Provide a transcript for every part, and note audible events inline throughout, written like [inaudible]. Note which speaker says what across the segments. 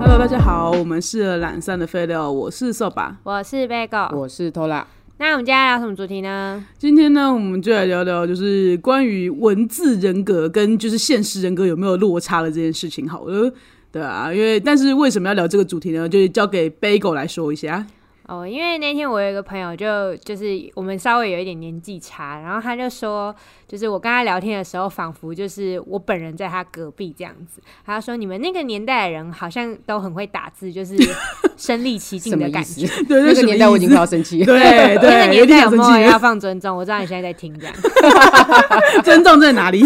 Speaker 1: Hello，大家好，我们是懒散的废料，我是扫把。
Speaker 2: 我是 Bagel。
Speaker 3: 我是偷拉，
Speaker 2: 那我们今天聊什么主题呢？
Speaker 1: 今天呢，我们就来聊聊，就是关于文字人格跟就是现实人格有没有落差的这件事情。好了，对啊，因为但是为什么要聊这个主题呢？就是交给 Bagel 来说一下。 [laughs]
Speaker 2: 哦，因为那天我有一个朋友就，就是我们稍微有一点年纪差，然后他就说，就是我跟他聊天的时候，仿佛就是我本人在他隔壁这样子。他说你们那个年代的人好像都很会打字，就是 [laughs] 身临其境
Speaker 3: 什么
Speaker 2: 的
Speaker 3: 意
Speaker 2: 感
Speaker 3: 思
Speaker 2: 觉。？
Speaker 1: 对，
Speaker 3: 那
Speaker 1: 什
Speaker 3: 个
Speaker 1: 么
Speaker 3: 年代
Speaker 1: 意
Speaker 3: 我已经
Speaker 1: 思 [laughs]
Speaker 3: 快要生气了。
Speaker 1: 对
Speaker 2: [laughs] 那个
Speaker 1: 对，有
Speaker 2: 年代
Speaker 1: 点
Speaker 2: 有
Speaker 1: 想
Speaker 2: 没
Speaker 1: 生
Speaker 2: 有
Speaker 1: 气
Speaker 2: 要
Speaker 1: [laughs] 了，
Speaker 2: 放尊重？我知道你现在在听这样，
Speaker 1: 尊重在哪里？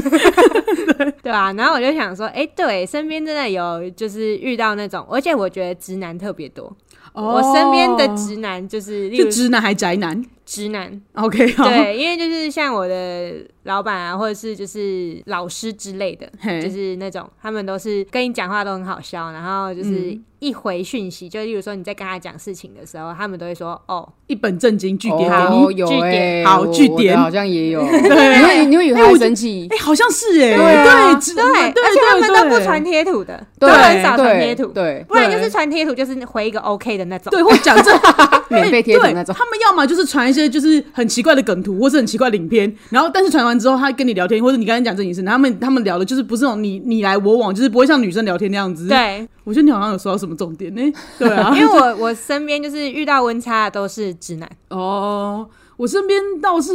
Speaker 2: 对吧、然后我就想说，哎、对，身边真的有就是遇到那种，而且我觉得直男特别多。我身边的直男就是，例
Speaker 1: 哦
Speaker 2: 如
Speaker 1: 就直男还宅男
Speaker 2: 直男，
Speaker 1: ，OK，好，
Speaker 2: 对，因为就是像我的老板啊，或者是就是老师之类的，
Speaker 1: 嘿
Speaker 2: 就是那种他们都是跟你讲话都很好笑，然后就是一回讯息，就例如说你在跟他讲事情的时候，他们都会说哦，
Speaker 1: 一本正经据点给
Speaker 3: 哦，
Speaker 1: 你，
Speaker 3: 有
Speaker 2: 据
Speaker 3: 哎，
Speaker 2: 点
Speaker 1: 好
Speaker 3: 我
Speaker 1: 据
Speaker 3: 我的
Speaker 1: 点
Speaker 3: 好像
Speaker 1: [laughs]
Speaker 3: 也有。你会你会以为
Speaker 1: 哎
Speaker 3: 他
Speaker 1: 我
Speaker 3: 会
Speaker 1: 觉
Speaker 3: 生气
Speaker 1: 哎，？好像 [laughs] 是哎，
Speaker 3: 对啊
Speaker 1: 对，直对，
Speaker 2: 而且他们都不传贴图的，
Speaker 3: 对
Speaker 2: 都很少传
Speaker 3: 对
Speaker 2: 贴图，
Speaker 3: 对，
Speaker 2: 不然就是传贴图就是回一个 OK 的那种，
Speaker 1: 对，或讲这
Speaker 3: [laughs] 免费贴图
Speaker 1: 对
Speaker 3: 那种
Speaker 1: 他们要么就是传一些就是很奇怪的梗图，或是很奇怪的影片，然后但是传完之后，他跟你聊天，或者你刚才讲这件事，他们他们聊的就是不是那种你你来我往，就是不会像女生聊天那样子。，
Speaker 2: 对，
Speaker 1: 我觉得你好像有说到什么重点呢、对啊
Speaker 2: 因，为我我身边就是遇到温差的都是直男，
Speaker 1: 哦，我身边倒是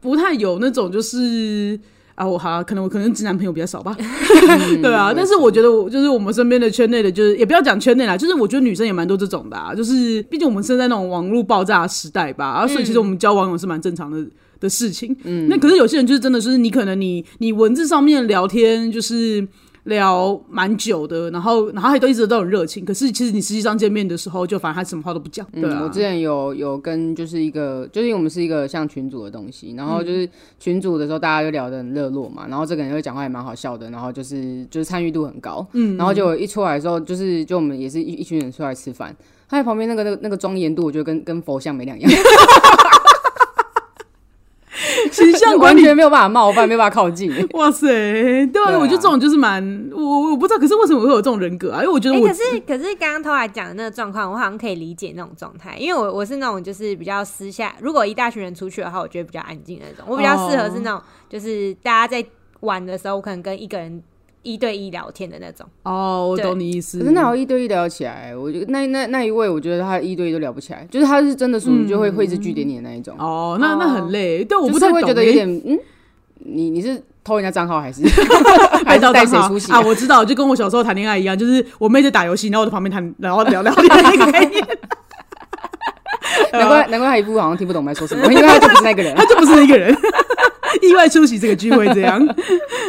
Speaker 1: 不太有那种就是。啊，我好、可能我可能直男朋友比较少
Speaker 3: [laughs]
Speaker 1: 吧，对啊，但是我觉得我就是我们身边的圈内的，就是也不要讲圈内啦，就是我觉得女生也蛮多这种的啊，就是毕竟我们生在那种网络爆炸的时代吧，啊，所以其实我们交网友是蛮正常的的事情。嗯，那可是有些人就是真的就是你可能你你文字上面聊天就是。聊蛮久的，然后然后还都一直都很热情，可是其实你实际上见面的时候，就反正他什么话都不讲，对啊，
Speaker 3: 嗯，
Speaker 1: [laughs]
Speaker 3: 我之前有有跟就是一个，就是因为我们是一个像群组的东西，然后
Speaker 1: 嗯
Speaker 3: 就是群组的时候大家就聊得很热络嘛，然后这个人又讲话也蛮好笑的，然后就是就是参与度很高，嗯，然后就一出来的时候，就是就我们也是一一群人出来吃饭，他在旁边那个那个那个庄严度，我觉得跟跟佛像没两样，
Speaker 1: 形象管
Speaker 3: [laughs] 完
Speaker 1: 理
Speaker 3: 全没有办法冒犯，没有办法靠近，
Speaker 1: 哇塞，对啊，
Speaker 3: 对啊
Speaker 1: 我觉得这种就是蛮我我我不知道，可是为什么我会有这种人格啊？因为我觉得
Speaker 2: 哎、
Speaker 1: 我、
Speaker 2: 可是可是刚刚偷来讲的那个状况，我好像可以理解那种状态，因为我我是那种就是比较私下，如果一大群人出去的话，我觉得比较安静的那种。我比较适合
Speaker 1: 哦
Speaker 2: 是那种、就是大家在玩的时候，我可能跟一个人一对一聊天的那种。
Speaker 1: 哦，我
Speaker 2: 对
Speaker 1: 懂你意思，
Speaker 3: 可是那好一对一聊起来，我觉得那那那一位，我觉得他一对一都聊不起来，就是他是真的属于就会会是据点你的那一种，
Speaker 1: 嗯哦，那那很累，但我
Speaker 3: 就
Speaker 1: 不
Speaker 3: 是
Speaker 1: 太懂
Speaker 3: 会觉得
Speaker 1: 欸
Speaker 3: 有
Speaker 1: [laughs]
Speaker 3: 点嗯，你你是偷人家账号还是 [laughs]
Speaker 1: 被
Speaker 3: 还是
Speaker 1: 盗
Speaker 3: 带
Speaker 1: 账
Speaker 3: 谁
Speaker 1: 号
Speaker 3: 出席
Speaker 1: 啊？我知道，就跟我小时候谈恋爱一样，就是我妹在打游戏，然后我在旁边谈，然后聊聊天 [laughs] 的概念，[laughs]
Speaker 3: 难怪
Speaker 1: 嗯
Speaker 3: 难怪他一副好像听不懂我们在说什么，因为他就不是那个人啊
Speaker 1: 他。就不是一个人，意外出席这个聚会这样，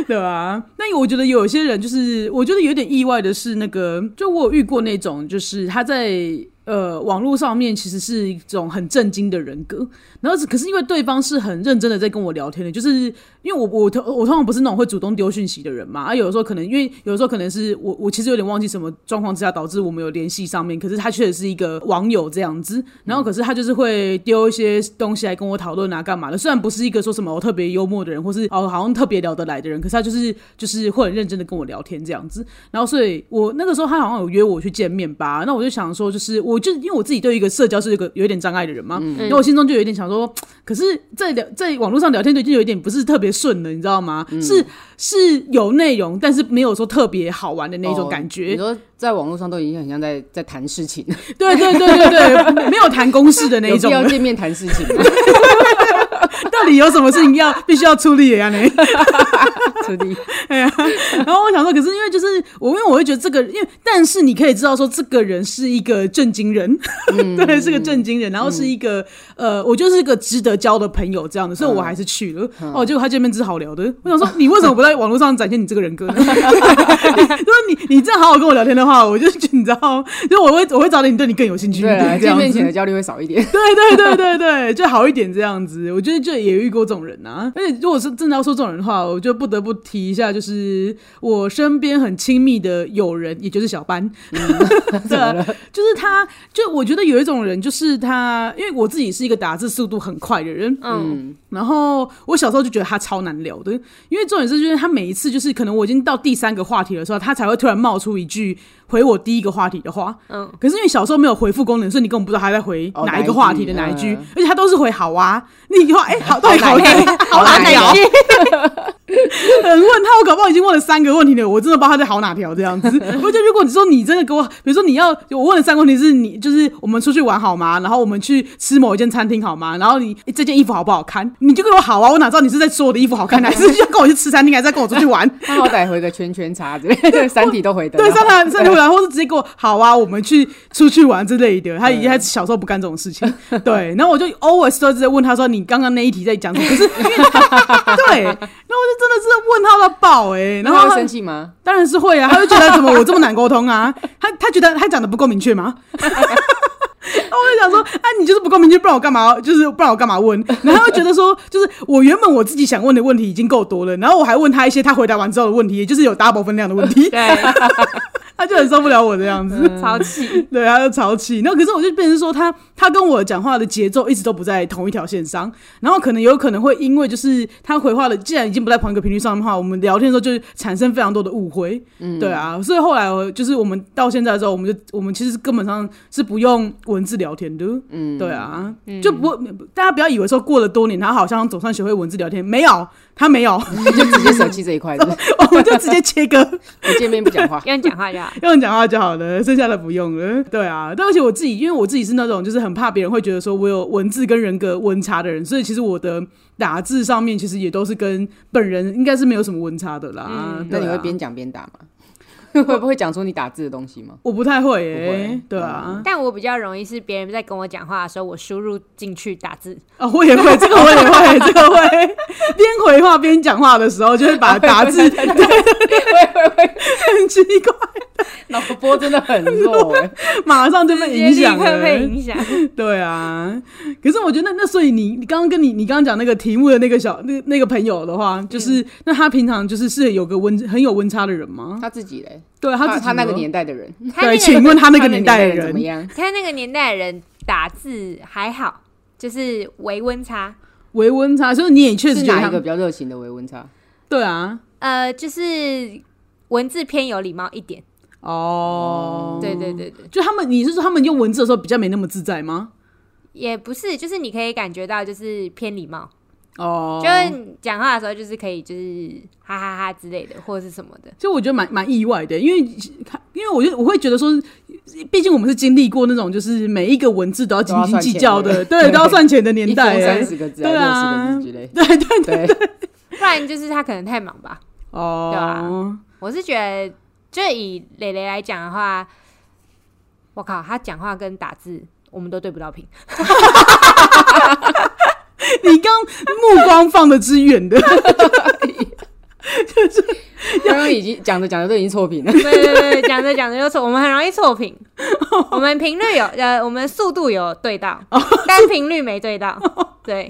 Speaker 1: 对吧、那我觉得有些人就是，我觉得有点意外的是，那个就我有遇过那种，就是他在呃网络上面其实是一种很震惊的人格，然后只可是因为对方是很认真的在跟我聊天的，就是因为我我通我通常不是那种会主动丢讯息的人嘛，啊，有的时候可能因为有的时候可能是我我其实有点忘记什么状况之下导致我们有联系上面，可是他确实是一个网友这样子，然后可是他就是会丢一些东西来跟我讨论啊干嘛的，虽然不是一个说什么我特别幽默的人，或是哦好像特别聊得来的人，可是他就是就是会很认真的跟我聊天这样子，然后所以我那个时候他好像有约我去见面吧，那我就想说就是我就因为我自己对一个社交是有一个有一点障碍的人嘛，
Speaker 2: 嗯
Speaker 3: 嗯
Speaker 1: 然后嗯我心中就有一点想说，可是在聊在网络上聊天就已经有一点不是特别顺了，你知道吗？
Speaker 3: 嗯
Speaker 1: 是是有内容，但是没有说特别好玩的 [laughs] 那种感
Speaker 3: 哦你
Speaker 1: 觉。
Speaker 3: 说在网络上都已经很像在在谈事情，
Speaker 1: 对对对对对，没没有谈公事的那
Speaker 3: 有
Speaker 1: 一
Speaker 3: 必
Speaker 1: 种。
Speaker 3: 要见面谈事情
Speaker 1: [laughs]
Speaker 3: 吗？
Speaker 1: 到底有什么事情要必须要处理的呀？你？
Speaker 3: 徒弟，
Speaker 1: 然后我想说，可是因为就是我，因为我会觉得这个，因为但是你可以知道说，这个人是一个震惊人， [laughs]
Speaker 3: 嗯
Speaker 1: 对，是个震惊人，然后是一个、呃，我就是一个值得交的朋友这样的，所以
Speaker 3: 嗯
Speaker 1: 我还是去了。哦，结果他见面之好聊的，我想说，你为什么不在网络上展现你这个人格呢？ [laughs] 就是你你这样好好跟我聊天的话，我就你知道，就我会我会找点对你更有兴趣一
Speaker 3: [laughs] 对啊，
Speaker 1: 点，这
Speaker 3: 见
Speaker 1: 样
Speaker 3: 面
Speaker 1: 子
Speaker 3: 前。的焦虑会少一点。
Speaker 1: 对对对对 [laughs] 对，就好一点这样子。我觉得就也遇过这种人啊，而且如果是真的要说这种人的话，我就不得不提一下，就是我身边很亲密的友人，也就是小班， [laughs] 对啊，就是他，就我觉得有一种人，就是他，因为我自己是一个打字速度很快的人，
Speaker 2: 嗯，
Speaker 1: 然后我小时候就觉得他超难聊的，因为重点是就是他每一次就是可能我已经到第三个话题的时候，他才会突然冒出一句回我第一个话题的话。嗯，可是因为小时候没有回复功能，所以你根本不知道他在回
Speaker 3: 哦
Speaker 1: 哪一个话题的
Speaker 3: 哪
Speaker 1: 哪
Speaker 3: 一
Speaker 1: 一
Speaker 3: 句
Speaker 1: 句，
Speaker 3: 嗯
Speaker 1: 而且他都是回好啊，那一句话哎、 [laughs] 好到底好
Speaker 3: 难
Speaker 1: 哪
Speaker 3: 好难
Speaker 2: 哪一
Speaker 3: 聊
Speaker 2: 句，
Speaker 1: [laughs] 很问他，我搞不好已经问了三个问题了，我真的不知道他在好哪条这
Speaker 3: [laughs]
Speaker 1: 样子。我觉得如果你说你真的给我，比如说你要我问了三个问题是你就是我们出去玩好吗？然后我们去吃某一间餐厅好吗？然后你、诶这件衣服好不好看？你就给我好啊，我哪知道你是在说我的衣服好看，还是要跟我去吃餐厅，还是要跟我出去玩？
Speaker 3: 他好歹回个圈圈叉之类的， [laughs] 三体都回得
Speaker 1: 对，
Speaker 3: 到
Speaker 1: 上台上台回来，或是直接给我好啊，我们去出去玩之类的。他以前他小时候不干这种事情，对。然后我就 always 都在问他说：“你刚刚那一题在讲什么？”可是因为对，然后我就真的是问他到爆哎、欸，然
Speaker 3: 然
Speaker 1: 后
Speaker 3: 后
Speaker 1: 他
Speaker 3: 生气吗？ [laughs]
Speaker 1: 当然是会啊，他就觉得怎么我这么难沟通啊？他他觉得他讲的不够明确吗？ [laughs] 然后我就想说，啊，你就是不够明确，不然我干嘛？就是不然我干嘛问？然后他又觉得说，就是我原本我自己想问的问题已经够多了，然后我还问他一些他回答完之后的问题，也就是有 double 分量的问题，
Speaker 2: 对，
Speaker 1: 他就很受不了我这样子。 [laughs]
Speaker 2: 超气，
Speaker 1: 对，他就吵起。那可是我就变成说他，他跟我讲话的节奏一直都不在同一条线上，然后可能有可能会因为就是他回话的，既然已经不在同一个频率上的话，我们聊天的时候就产生非常多的误会。嗯，对啊，所以后来我就是我们到现在之后，我们就我们其实根本上是不用文字聊天的。嗯，对啊，就不大家不要以为说过了多年，他好像总算学会文字聊天，没有，他没有， [laughs]
Speaker 3: 你就直接舍弃这一块，是不是
Speaker 1: 我们就直接切割。
Speaker 3: 不见面不讲话。
Speaker 2: 用讲话就好。
Speaker 1: [laughs] 用讲话就好了，剩下的不用了。对啊，但而且我自己，因为我自己是那种就是很怕别人会觉得说我有文字跟人格温差的人，所以其实我的打字上面其实也都是跟本人应该是没有什么温差的啦。
Speaker 2: 嗯
Speaker 1: [laughs] 对
Speaker 3: 那
Speaker 1: 啊
Speaker 3: 你会边讲边打吗？ [laughs] 会不会讲出你打字的东西吗？
Speaker 1: 我不太会耶、
Speaker 3: 不会
Speaker 1: 对啊，
Speaker 2: 但我比较容易是别人在跟我讲话的时候，我输入进去打字，
Speaker 1: 啊、我也会，这个我也会，这个会， [laughs] 边回话边讲话的时候，就会
Speaker 3: [laughs]
Speaker 1: 把啊打字对对对，很奇怪，
Speaker 3: 脑波真的很 [laughs] 弱
Speaker 1: 欸
Speaker 3: 哎、
Speaker 1: 马上就被影响
Speaker 2: 立刻
Speaker 1: 了，
Speaker 2: 被
Speaker 1: [laughs]
Speaker 2: 影响。
Speaker 1: 对啊，可是我觉得那那所以你你刚刚跟你你刚刚讲那个题目的那个小那那个朋友的话，就是、
Speaker 3: 嗯
Speaker 1: 那他平常就是是有个温很有温差的人吗？
Speaker 3: 他自己嘞，
Speaker 1: 对啊他自
Speaker 3: 他
Speaker 1: 己
Speaker 3: 他那个
Speaker 1: 呢
Speaker 3: 年代的人，
Speaker 2: 他那
Speaker 1: 对，
Speaker 2: 个
Speaker 1: 请问他那个年代的
Speaker 3: 他那个年代怎么
Speaker 1: 人
Speaker 3: 样？
Speaker 2: 他那个年代的人打字还好，就是微温差。
Speaker 1: 微温差，所以你也确实
Speaker 3: 是
Speaker 1: 觉得
Speaker 3: 哪一个
Speaker 1: 他
Speaker 3: 比较热情的微温差？
Speaker 1: 对啊，
Speaker 2: 呃，就是文字偏有礼貌一点。
Speaker 1: 哦，
Speaker 2: 对对，对对，
Speaker 1: 就他们你是说他们用文字的时候比较没那么自在吗？
Speaker 2: 也不是，就是你可以感觉到就是偏礼貌，
Speaker 1: 哦，
Speaker 2: 就是你讲话的时候就是可以就是哈哈哈之类的，或者是什么
Speaker 1: [laughs]
Speaker 2: 的。
Speaker 1: 就我觉得蛮蛮意外的，因为因为我觉得我会觉得说，毕竟我们是经历过那种就是每一个文字都要斤
Speaker 3: 都要
Speaker 1: 斤
Speaker 3: 算
Speaker 1: 计
Speaker 3: 钱
Speaker 1: 较的，
Speaker 3: 的
Speaker 1: 对，都要算钱的年
Speaker 3: 一
Speaker 1: 代
Speaker 3: 封
Speaker 1: 欸
Speaker 3: 三，十个字，
Speaker 1: 对啊
Speaker 3: 六十个字之类。
Speaker 1: [laughs] 对对对
Speaker 3: 对，
Speaker 2: 不然就是他可能太忙吧。
Speaker 1: 哦，
Speaker 2: 对啊我是觉得，就以蕾蕾来讲的话，我靠，他讲话跟打字我们都对
Speaker 1: [laughs]
Speaker 2: 不到频。
Speaker 1: 你刚目光放的之远的， [laughs]
Speaker 3: 刚刚已经讲着讲着都已经错评了。 [laughs]
Speaker 2: 对对对，讲着讲着就错，我们很容易错
Speaker 1: [laughs]
Speaker 2: 频。我们频率有呃，我们速度有对到，
Speaker 1: 哦
Speaker 2: 但频率没对
Speaker 1: [laughs]
Speaker 2: 到。对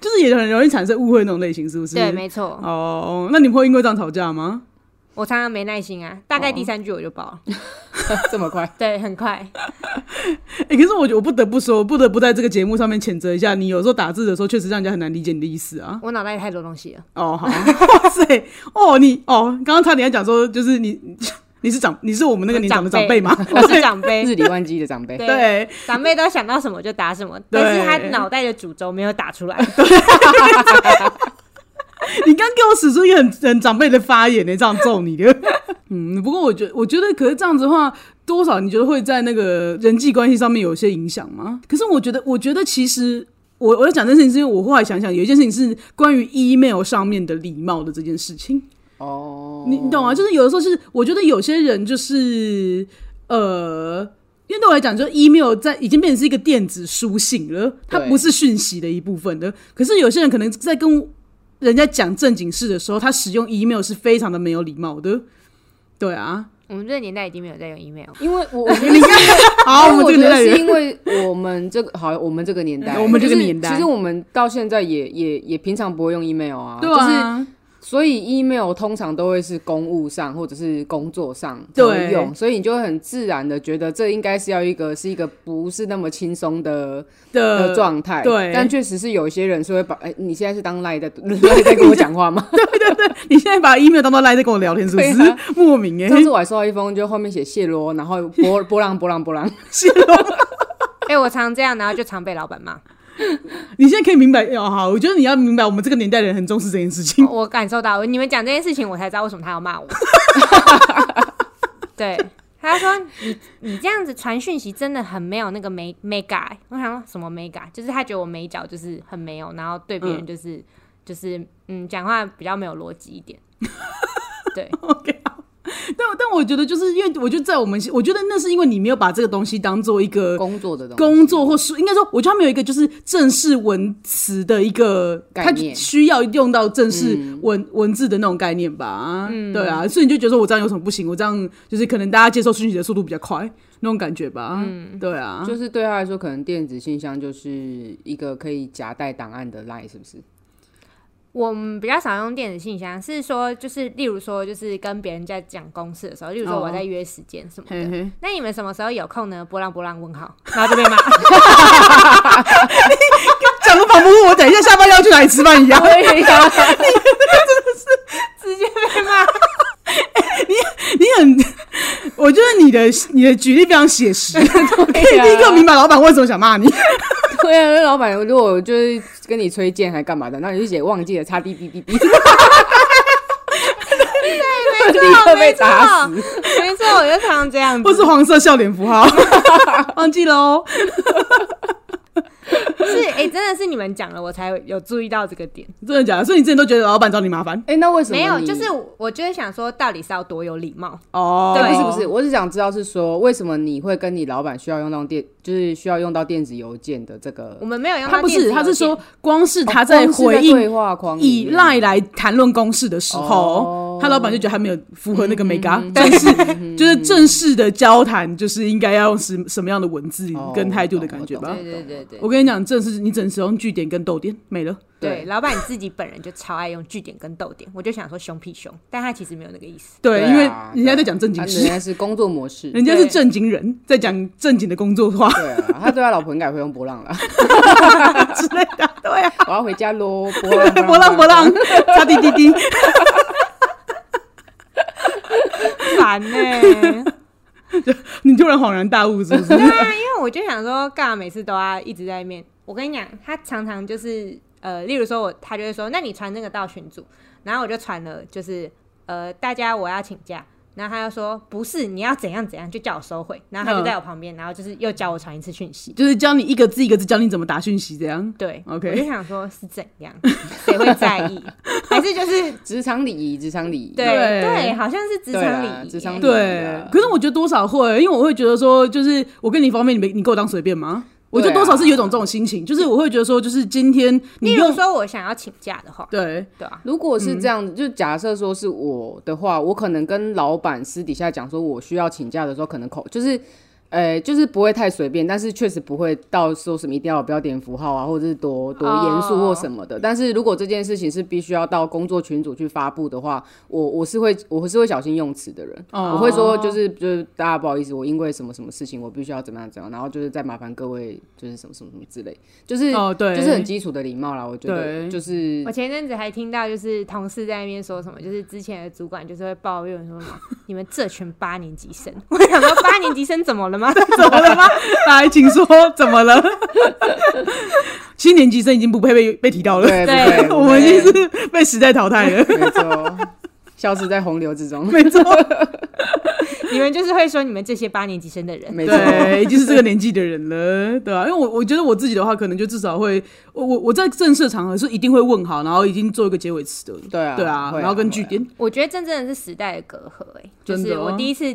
Speaker 1: 就是也很容易产生误会那种类型，是不是？
Speaker 2: 对，没错。
Speaker 1: 哦，那你们会因为这样吵架吗？
Speaker 2: 我常常没耐心啊，大概第三句我就爆了， [laughs]
Speaker 3: 这么快，
Speaker 2: 对，很快。
Speaker 1: 哎、可是我觉得我不得不说，不得不在这个节目上面谴责一下你，有时候打字的时候确实让人家很难理解你的意思啊。
Speaker 2: 我脑袋里太多东西 [laughs] 了，
Speaker 1: 哦，好，哇塞，哦，你哦，刚刚差点要讲说，就是你你是长，你是我们那个年长的长辈吗？
Speaker 2: 我是长辈，
Speaker 3: 日理万机的长辈，
Speaker 2: 对，
Speaker 1: 对，
Speaker 2: 长辈都想到什么就打什么，
Speaker 1: 对
Speaker 2: 但是他脑袋的主轴没有打出来，
Speaker 1: 你刚给我使出一个很很长辈的发言呢、欸这样揍你的。嗯，不过我觉得，我觉得，可是这样子的话，多少你觉得会在那个人际关系上面有些影响吗？可是我觉得，我觉得其实我我在讲这件事情，是因为我后来想想，有一件事情是关于 email 上面的礼貌的这件事情。
Speaker 3: 哦，
Speaker 1: 你你懂吗？就是有的时候是，我觉得有些人就是呃。因为对我来讲，就是 email 在已经变成是一个电子书信了，它
Speaker 3: 对
Speaker 1: 不是讯息的一部分的。可是有些人可能在跟人家讲正经事的时候，他使用 email 是非常的没有礼貌的。对啊，
Speaker 2: [laughs] 我们这个年代已经没有在用 email，
Speaker 3: 因为我我觉得
Speaker 1: 你看，好，我们这
Speaker 3: 我
Speaker 1: 个
Speaker 3: 觉
Speaker 1: 年
Speaker 3: 得
Speaker 1: 代
Speaker 3: 是
Speaker 1: 人，
Speaker 3: 因为我们这个好，我们这个年代，
Speaker 1: 我们这个年代
Speaker 3: 就是其实我们到现在也也也平常不会用 email 啊，
Speaker 1: 对啊，
Speaker 3: 就是所以 email 通常都会是公务上或者是工作上才会
Speaker 1: 对
Speaker 3: 用，所以你就会很自然的觉得这应该是要一个是一个不是那么轻松的的
Speaker 1: 的
Speaker 3: 状
Speaker 1: 呃
Speaker 3: 态。
Speaker 1: 对
Speaker 3: 但确实是有一些人是会把，哎、你现在是当赖在 [laughs] 赖在跟我讲
Speaker 1: [laughs]
Speaker 3: 话吗？
Speaker 1: 你现在把 email 当做 line 在跟我聊天，是不是？
Speaker 3: 对啊
Speaker 1: 莫名哎、
Speaker 3: 上次我还收到一封，就后面写谢罗，然后波波浪波浪
Speaker 1: [laughs]
Speaker 3: 波浪，
Speaker 1: 是哦。
Speaker 2: 哎、我常这样，然后就常被老板骂。
Speaker 1: [laughs] 你现在可以明白哦，好，我觉得你要明白，我们这个年代的人很重视这件事
Speaker 3: 哦
Speaker 1: 情。
Speaker 2: 哦我感受到，你们讲这件事情，我才知道为什么他
Speaker 1: [laughs]
Speaker 2: 要骂我。对，他说你你这样子传讯息真的很没有那个美美感。我想说什么美感，就是他觉得我美脚就是很没有，然后对别
Speaker 1: 嗯
Speaker 2: 人就是、就是嗯讲话比较没有逻辑一点。
Speaker 1: [laughs]
Speaker 2: 对，
Speaker 1: OK，好但但我觉得就是因为我觉得在我们，我觉得那是因为你没有把这个东西当做一个
Speaker 3: 工作的东西。
Speaker 1: 工作或书，应该说，我觉得他没有一个就是正式文词的一个，
Speaker 3: 概
Speaker 1: 他
Speaker 3: 念嗯
Speaker 1: 需要用到正式文、文字的那种概念吧。对啊，所以你就觉得说我这样有什么不行？我这样就是可能大家接受讯息的速度比较快，那种感觉吧。嗯，对啊，
Speaker 3: 就是对他来说，可能电子信箱就是一个可以夹带档案的 line，是不是？
Speaker 2: 我们比较少用电子信箱，是说就是例如说就是跟别人在讲公事的时候，例如说
Speaker 1: 哦
Speaker 2: 我在约时间什么的。
Speaker 1: 嘿嘿，
Speaker 2: 那你们什么时候有空呢？波浪波浪问号，然后就
Speaker 1: [laughs]
Speaker 2: 被骂。
Speaker 1: 讲的仿佛我等一下下班要去哪里吃饭
Speaker 2: [laughs]
Speaker 1: 一样。
Speaker 3: [laughs] 啊
Speaker 2: 直接被骂。
Speaker 1: 你很，我觉得你的你的举例非常写
Speaker 2: [laughs]
Speaker 1: 实，可以
Speaker 2: 啊
Speaker 1: 啊
Speaker 3: 对
Speaker 1: 立刻明白老板为什么想骂你。
Speaker 3: [laughs] 对啊，那老板如果就是跟你推荐还干嘛的，那你就写忘记了擦滴滴滴滴，
Speaker 2: [laughs]
Speaker 3: 立刻被打死。
Speaker 2: 没错，我就常这样
Speaker 1: 不是
Speaker 2: 子。
Speaker 1: 黄色笑脸符
Speaker 2: [laughs]
Speaker 1: 号，忘记喽。
Speaker 2: 是哎、真的是你们讲了，我才有注意到这个点。
Speaker 1: 真的假的？所以你之前都觉得老板找你麻烦
Speaker 3: [laughs] 哎、那为什么
Speaker 2: 没有，
Speaker 3: 你
Speaker 2: 就是我就会想说，到底是要多有礼貌？
Speaker 1: 哦？
Speaker 3: 对，哎不是不是，我是想知道是说为什么你会跟你老板需要用到电，就是需要用到电子邮件的这个
Speaker 2: 我，们没有用到
Speaker 1: 他不
Speaker 2: 电子
Speaker 1: 是，
Speaker 2: 邮件
Speaker 1: 他是说光是 [laughs] 他在
Speaker 3: 哦光是
Speaker 1: 回
Speaker 3: 对
Speaker 1: 应
Speaker 3: 话框里
Speaker 1: 以
Speaker 3: 面
Speaker 1: 赖来谈论公事的时候
Speaker 3: 哦，嗯
Speaker 1: 他老板就觉得他没有符合那个 mega，但是就是正式的交谈，就是应该要用什什么样的文字
Speaker 3: 哦
Speaker 1: 跟态度
Speaker 3: 我
Speaker 1: 的
Speaker 3: 懂
Speaker 1: 感觉
Speaker 3: 我
Speaker 1: 吧
Speaker 3: 懂。
Speaker 2: 对对对对
Speaker 1: 我跟你讲，正式你只能使用句点跟逗点，没了。
Speaker 2: 对，
Speaker 3: 对
Speaker 2: 老板自己本人就超爱用句点跟逗点，我就想说凶屁凶，但他其实没有那个意
Speaker 1: [laughs]
Speaker 2: 思。
Speaker 1: 对，
Speaker 3: 对啊
Speaker 1: 因为人家在讲正
Speaker 3: 他
Speaker 1: 经
Speaker 3: 人
Speaker 1: 事，
Speaker 3: 家是工作
Speaker 1: [laughs]
Speaker 3: 模式。
Speaker 1: 人家是正经人，在讲正经的工作话
Speaker 3: 对啊，他对他老婆应该也会用波浪了。
Speaker 1: [laughs] 之类的。对啊，
Speaker 3: 我要回家
Speaker 1: [laughs]
Speaker 3: 喽，波浪
Speaker 1: 波浪波浪， [laughs] 擦滴滴滴。
Speaker 2: 烦呢、
Speaker 1: 你突然恍然大悟，是不是？ [laughs]
Speaker 2: 对啊，因为我就想说，干嘛每次都要一直在面？我跟你讲，他常常就是呃，例如说我，他就会说，那你传那个到群组，然后我就传了，就是呃，大家我要请假，然后他又说不是，你要怎样怎样，就叫我收回，然后他
Speaker 1: 嗯
Speaker 2: 就在我旁边，然后就是又教我传一次讯息。
Speaker 1: 就是教你一个字一个字教你怎么打讯息，这样。
Speaker 2: 对
Speaker 1: OK
Speaker 2: 我就想说是怎样，谁会在
Speaker 3: [laughs]
Speaker 2: 意？还是就是
Speaker 3: 职场礼仪，职场礼仪。
Speaker 2: 对
Speaker 1: 对
Speaker 2: 对，好像是职
Speaker 3: 对
Speaker 2: 场
Speaker 3: 啦
Speaker 2: 礼仪耶，
Speaker 3: 职场礼仪
Speaker 1: 对
Speaker 3: 啊，
Speaker 1: 可是我觉得多少会，因为我会觉得说，就是我跟你方面，你没你给我当随便
Speaker 3: 啊
Speaker 1: 吗？我觉得多少是有一种这种心情，就是我会觉得说，就是今天你
Speaker 2: 例如
Speaker 1: 用
Speaker 2: 说我想要请假的话，
Speaker 1: 对
Speaker 2: 对啊，
Speaker 3: 如果
Speaker 1: 嗯
Speaker 3: 是这样，就假设说是我的话，我可能跟老板私底下讲说我需要请假的时候，可能口就是。呃，就是不会太随便，但是确实不会到说什么一定要有标点符号啊，或者是多多严肃或什
Speaker 1: 哦
Speaker 3: 么的。但是如果这件事情是必须要到工作群组去发布的话，我我是会我是会小心用词的人，
Speaker 1: 哦
Speaker 3: 我会说就是就是大家不好意思，我因为什么什么事情，我必须要怎么样怎么样，然后就是再麻烦各位就是什么什么什么之类，就是、
Speaker 1: 哦对，
Speaker 3: 就是很基础的礼貌啦，我觉
Speaker 1: 对
Speaker 3: 得
Speaker 1: 嗯
Speaker 3: 就是
Speaker 2: 我前阵子还听到，就是同事在那边说什么，就是之前的主管就是会抱怨说
Speaker 1: [laughs]
Speaker 2: 什么，你们这群八年级生， [laughs] 我想说八年级生怎么了
Speaker 1: [laughs]
Speaker 2: 吗？
Speaker 1: 怎么了吗？来，请说怎么了？七年级生已经不配被被提到了，
Speaker 3: 对
Speaker 2: 对
Speaker 3: 对，
Speaker 1: [laughs] 我们已经是被时代淘汰了，
Speaker 3: 没错，消失在洪流之中，
Speaker 1: 没错，
Speaker 2: [laughs] 你们就是会说你们这些八年级生的人，
Speaker 3: 没错，
Speaker 1: 对，已经是这个年纪的人了，对吧、因为我我觉得我自己的话，可能就至少会，我我我在正式场合是一定会问好，然后已经做一个结尾词的，
Speaker 3: 对啊，
Speaker 1: 对啊，
Speaker 3: 会
Speaker 1: 然后跟
Speaker 3: 会
Speaker 1: 据点，
Speaker 2: 我觉得这真正的是时代的隔阂、欸，哎，就
Speaker 1: 真的
Speaker 2: 是
Speaker 1: 哦
Speaker 2: 我第一次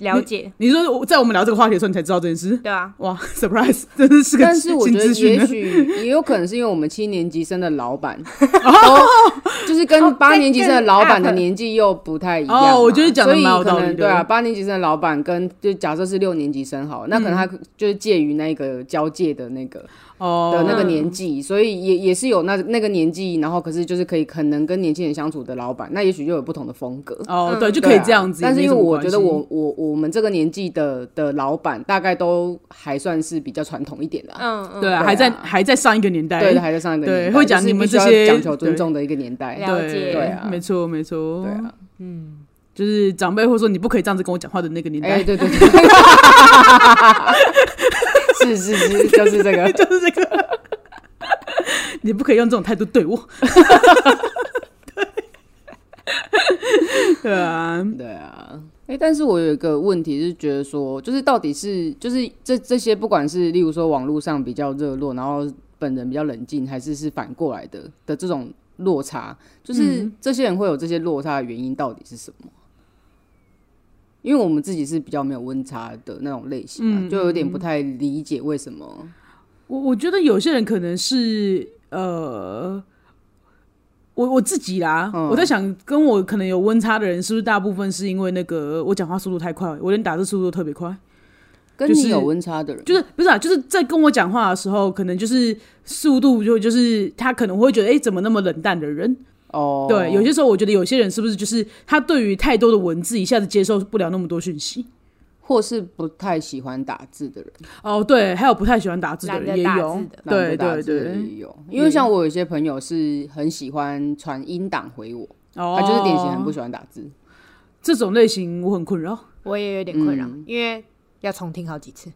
Speaker 2: 了解，
Speaker 1: 你说我在我们聊这个话题的时候，你才知道这件事？
Speaker 2: 对啊，
Speaker 1: 哇，surprise，真 [laughs] 的是个
Speaker 3: 但是我
Speaker 1: 新
Speaker 3: 觉得
Speaker 1: 资讯
Speaker 3: 也
Speaker 1: 呢。
Speaker 3: 许也有可能是因为我们七年级生的老板，都就是
Speaker 2: 哦
Speaker 3: 跟八年级生的老板的
Speaker 2: 更 up
Speaker 3: 年纪又不太一样嘛。
Speaker 1: 哦我觉得讲得
Speaker 3: 所以
Speaker 1: 蛮有
Speaker 3: 可
Speaker 1: 道理的
Speaker 3: 能对啊，八年级生的老板跟就假设是六年级生好了，那可能
Speaker 1: 嗯
Speaker 3: 他就是介于那个交界的那个的
Speaker 1: 哦，
Speaker 3: 那个年纪，所以也也是有那那个年纪，然后可是就是可以可能跟年轻人相处的老板，那也许就有不同的风格。
Speaker 1: 哦，
Speaker 2: 嗯
Speaker 1: 对，就
Speaker 3: 对
Speaker 1: 可以
Speaker 3: 啊
Speaker 1: 这样子。
Speaker 3: 但是
Speaker 1: 也
Speaker 3: 因
Speaker 1: 没
Speaker 3: 为
Speaker 1: 什么
Speaker 3: 我
Speaker 1: 关
Speaker 3: 觉得
Speaker 1: 系
Speaker 3: 我我我们这个年纪的的老板，大概都还算是比较传统一点的、
Speaker 2: 嗯嗯，
Speaker 1: 对啊，
Speaker 3: 对
Speaker 1: 还在
Speaker 3: 啊
Speaker 1: 还在上一个年代，
Speaker 3: 对的，还在上一个
Speaker 1: 哎对
Speaker 3: 年代，
Speaker 1: 会讲
Speaker 3: 就是
Speaker 1: 你们
Speaker 3: 必须要
Speaker 1: 这些
Speaker 3: 讲求尊
Speaker 1: 对
Speaker 3: 重的一个年代。
Speaker 2: 了解
Speaker 1: 对
Speaker 3: 对啊
Speaker 1: 没错没错，
Speaker 3: 对啊，
Speaker 1: 就是长辈会说你不可以这样子跟我讲话的那个年
Speaker 3: 哎，
Speaker 1: 代，
Speaker 3: 对对 [laughs] 对，是是是，就是
Speaker 1: [laughs]
Speaker 3: 这
Speaker 1: [laughs]
Speaker 3: 个，
Speaker 1: 就是这个，你不可以用这种态度对我。 [laughs] 对 [laughs] 对啊，
Speaker 3: 对啊。哎、但是我有一个问题是，觉得说，就是到底是就是这这些，不管是例如说网络上比较热络，然后本人比较冷静，还是是反过来的的这种落差，
Speaker 1: 嗯
Speaker 3: 就是这些人会有这些落差的原因到底是什么？因为我们自己是比较没有温差的那种类型、啊，
Speaker 1: 嗯
Speaker 3: 就有点不太理解为什么。
Speaker 1: 我我觉得有些人可能是呃，我我自己啦，
Speaker 3: 嗯
Speaker 1: 我在想跟我可能有温差的人，是不是大部分是因为那个我讲话速度太快，我连打字速度都特别快。
Speaker 3: 跟
Speaker 1: 就是
Speaker 3: 你有温差的人，
Speaker 1: 就是不是啊，就是在跟我讲话的时候，可能就是速度就就是他可能会觉得，哎、怎么那么冷淡的人？
Speaker 3: 哦，
Speaker 1: 对，有些时候我觉得有些人是不是就是他对于太多的文字一下子接受不了那么多讯息？
Speaker 3: 或是不太喜欢打字的人，
Speaker 1: 哦，对，还有不太喜欢打字的
Speaker 2: 懒
Speaker 1: 人
Speaker 2: 得
Speaker 1: 也
Speaker 2: 打
Speaker 1: 有
Speaker 2: 字，的，
Speaker 3: 懒得
Speaker 1: 对
Speaker 3: 打
Speaker 1: 对
Speaker 3: 字的人
Speaker 1: 对，
Speaker 3: 也有。因为像我有些朋友是很喜欢传音档回我，
Speaker 1: 哦，
Speaker 3: 他啊就是典型很不喜欢打字。
Speaker 1: 这种类型，我很困扰。
Speaker 2: 我也有点困扰，
Speaker 1: 嗯
Speaker 2: 因为要重听好几次，